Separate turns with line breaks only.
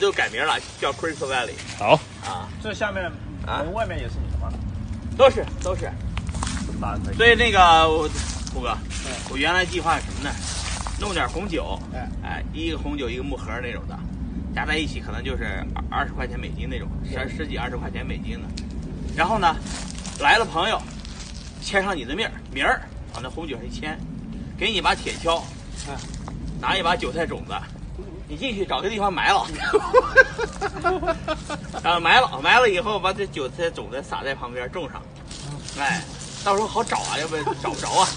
就改名了，叫 Crystal Valley
好，
啊，
这下面
啊
门外面也是你的吗？
都是都是。
那可以。
所以那个我虎哥，我原来计划是什么呢？弄点红酒，
哎
哎，一个红酒一个木盒那种的，加在一起可能就是二二十块钱美金那种，十十几二十块钱美金的。然后呢，来了朋友，签上你的名儿名儿，往那红酒上一签，给你一把铁锹，
哎
拿一把韭菜种子，你进去找个地方埋了，啊，埋了，埋了以后把这韭菜种子撒在旁边种上，哎，到时候好找啊，要不然找不着啊。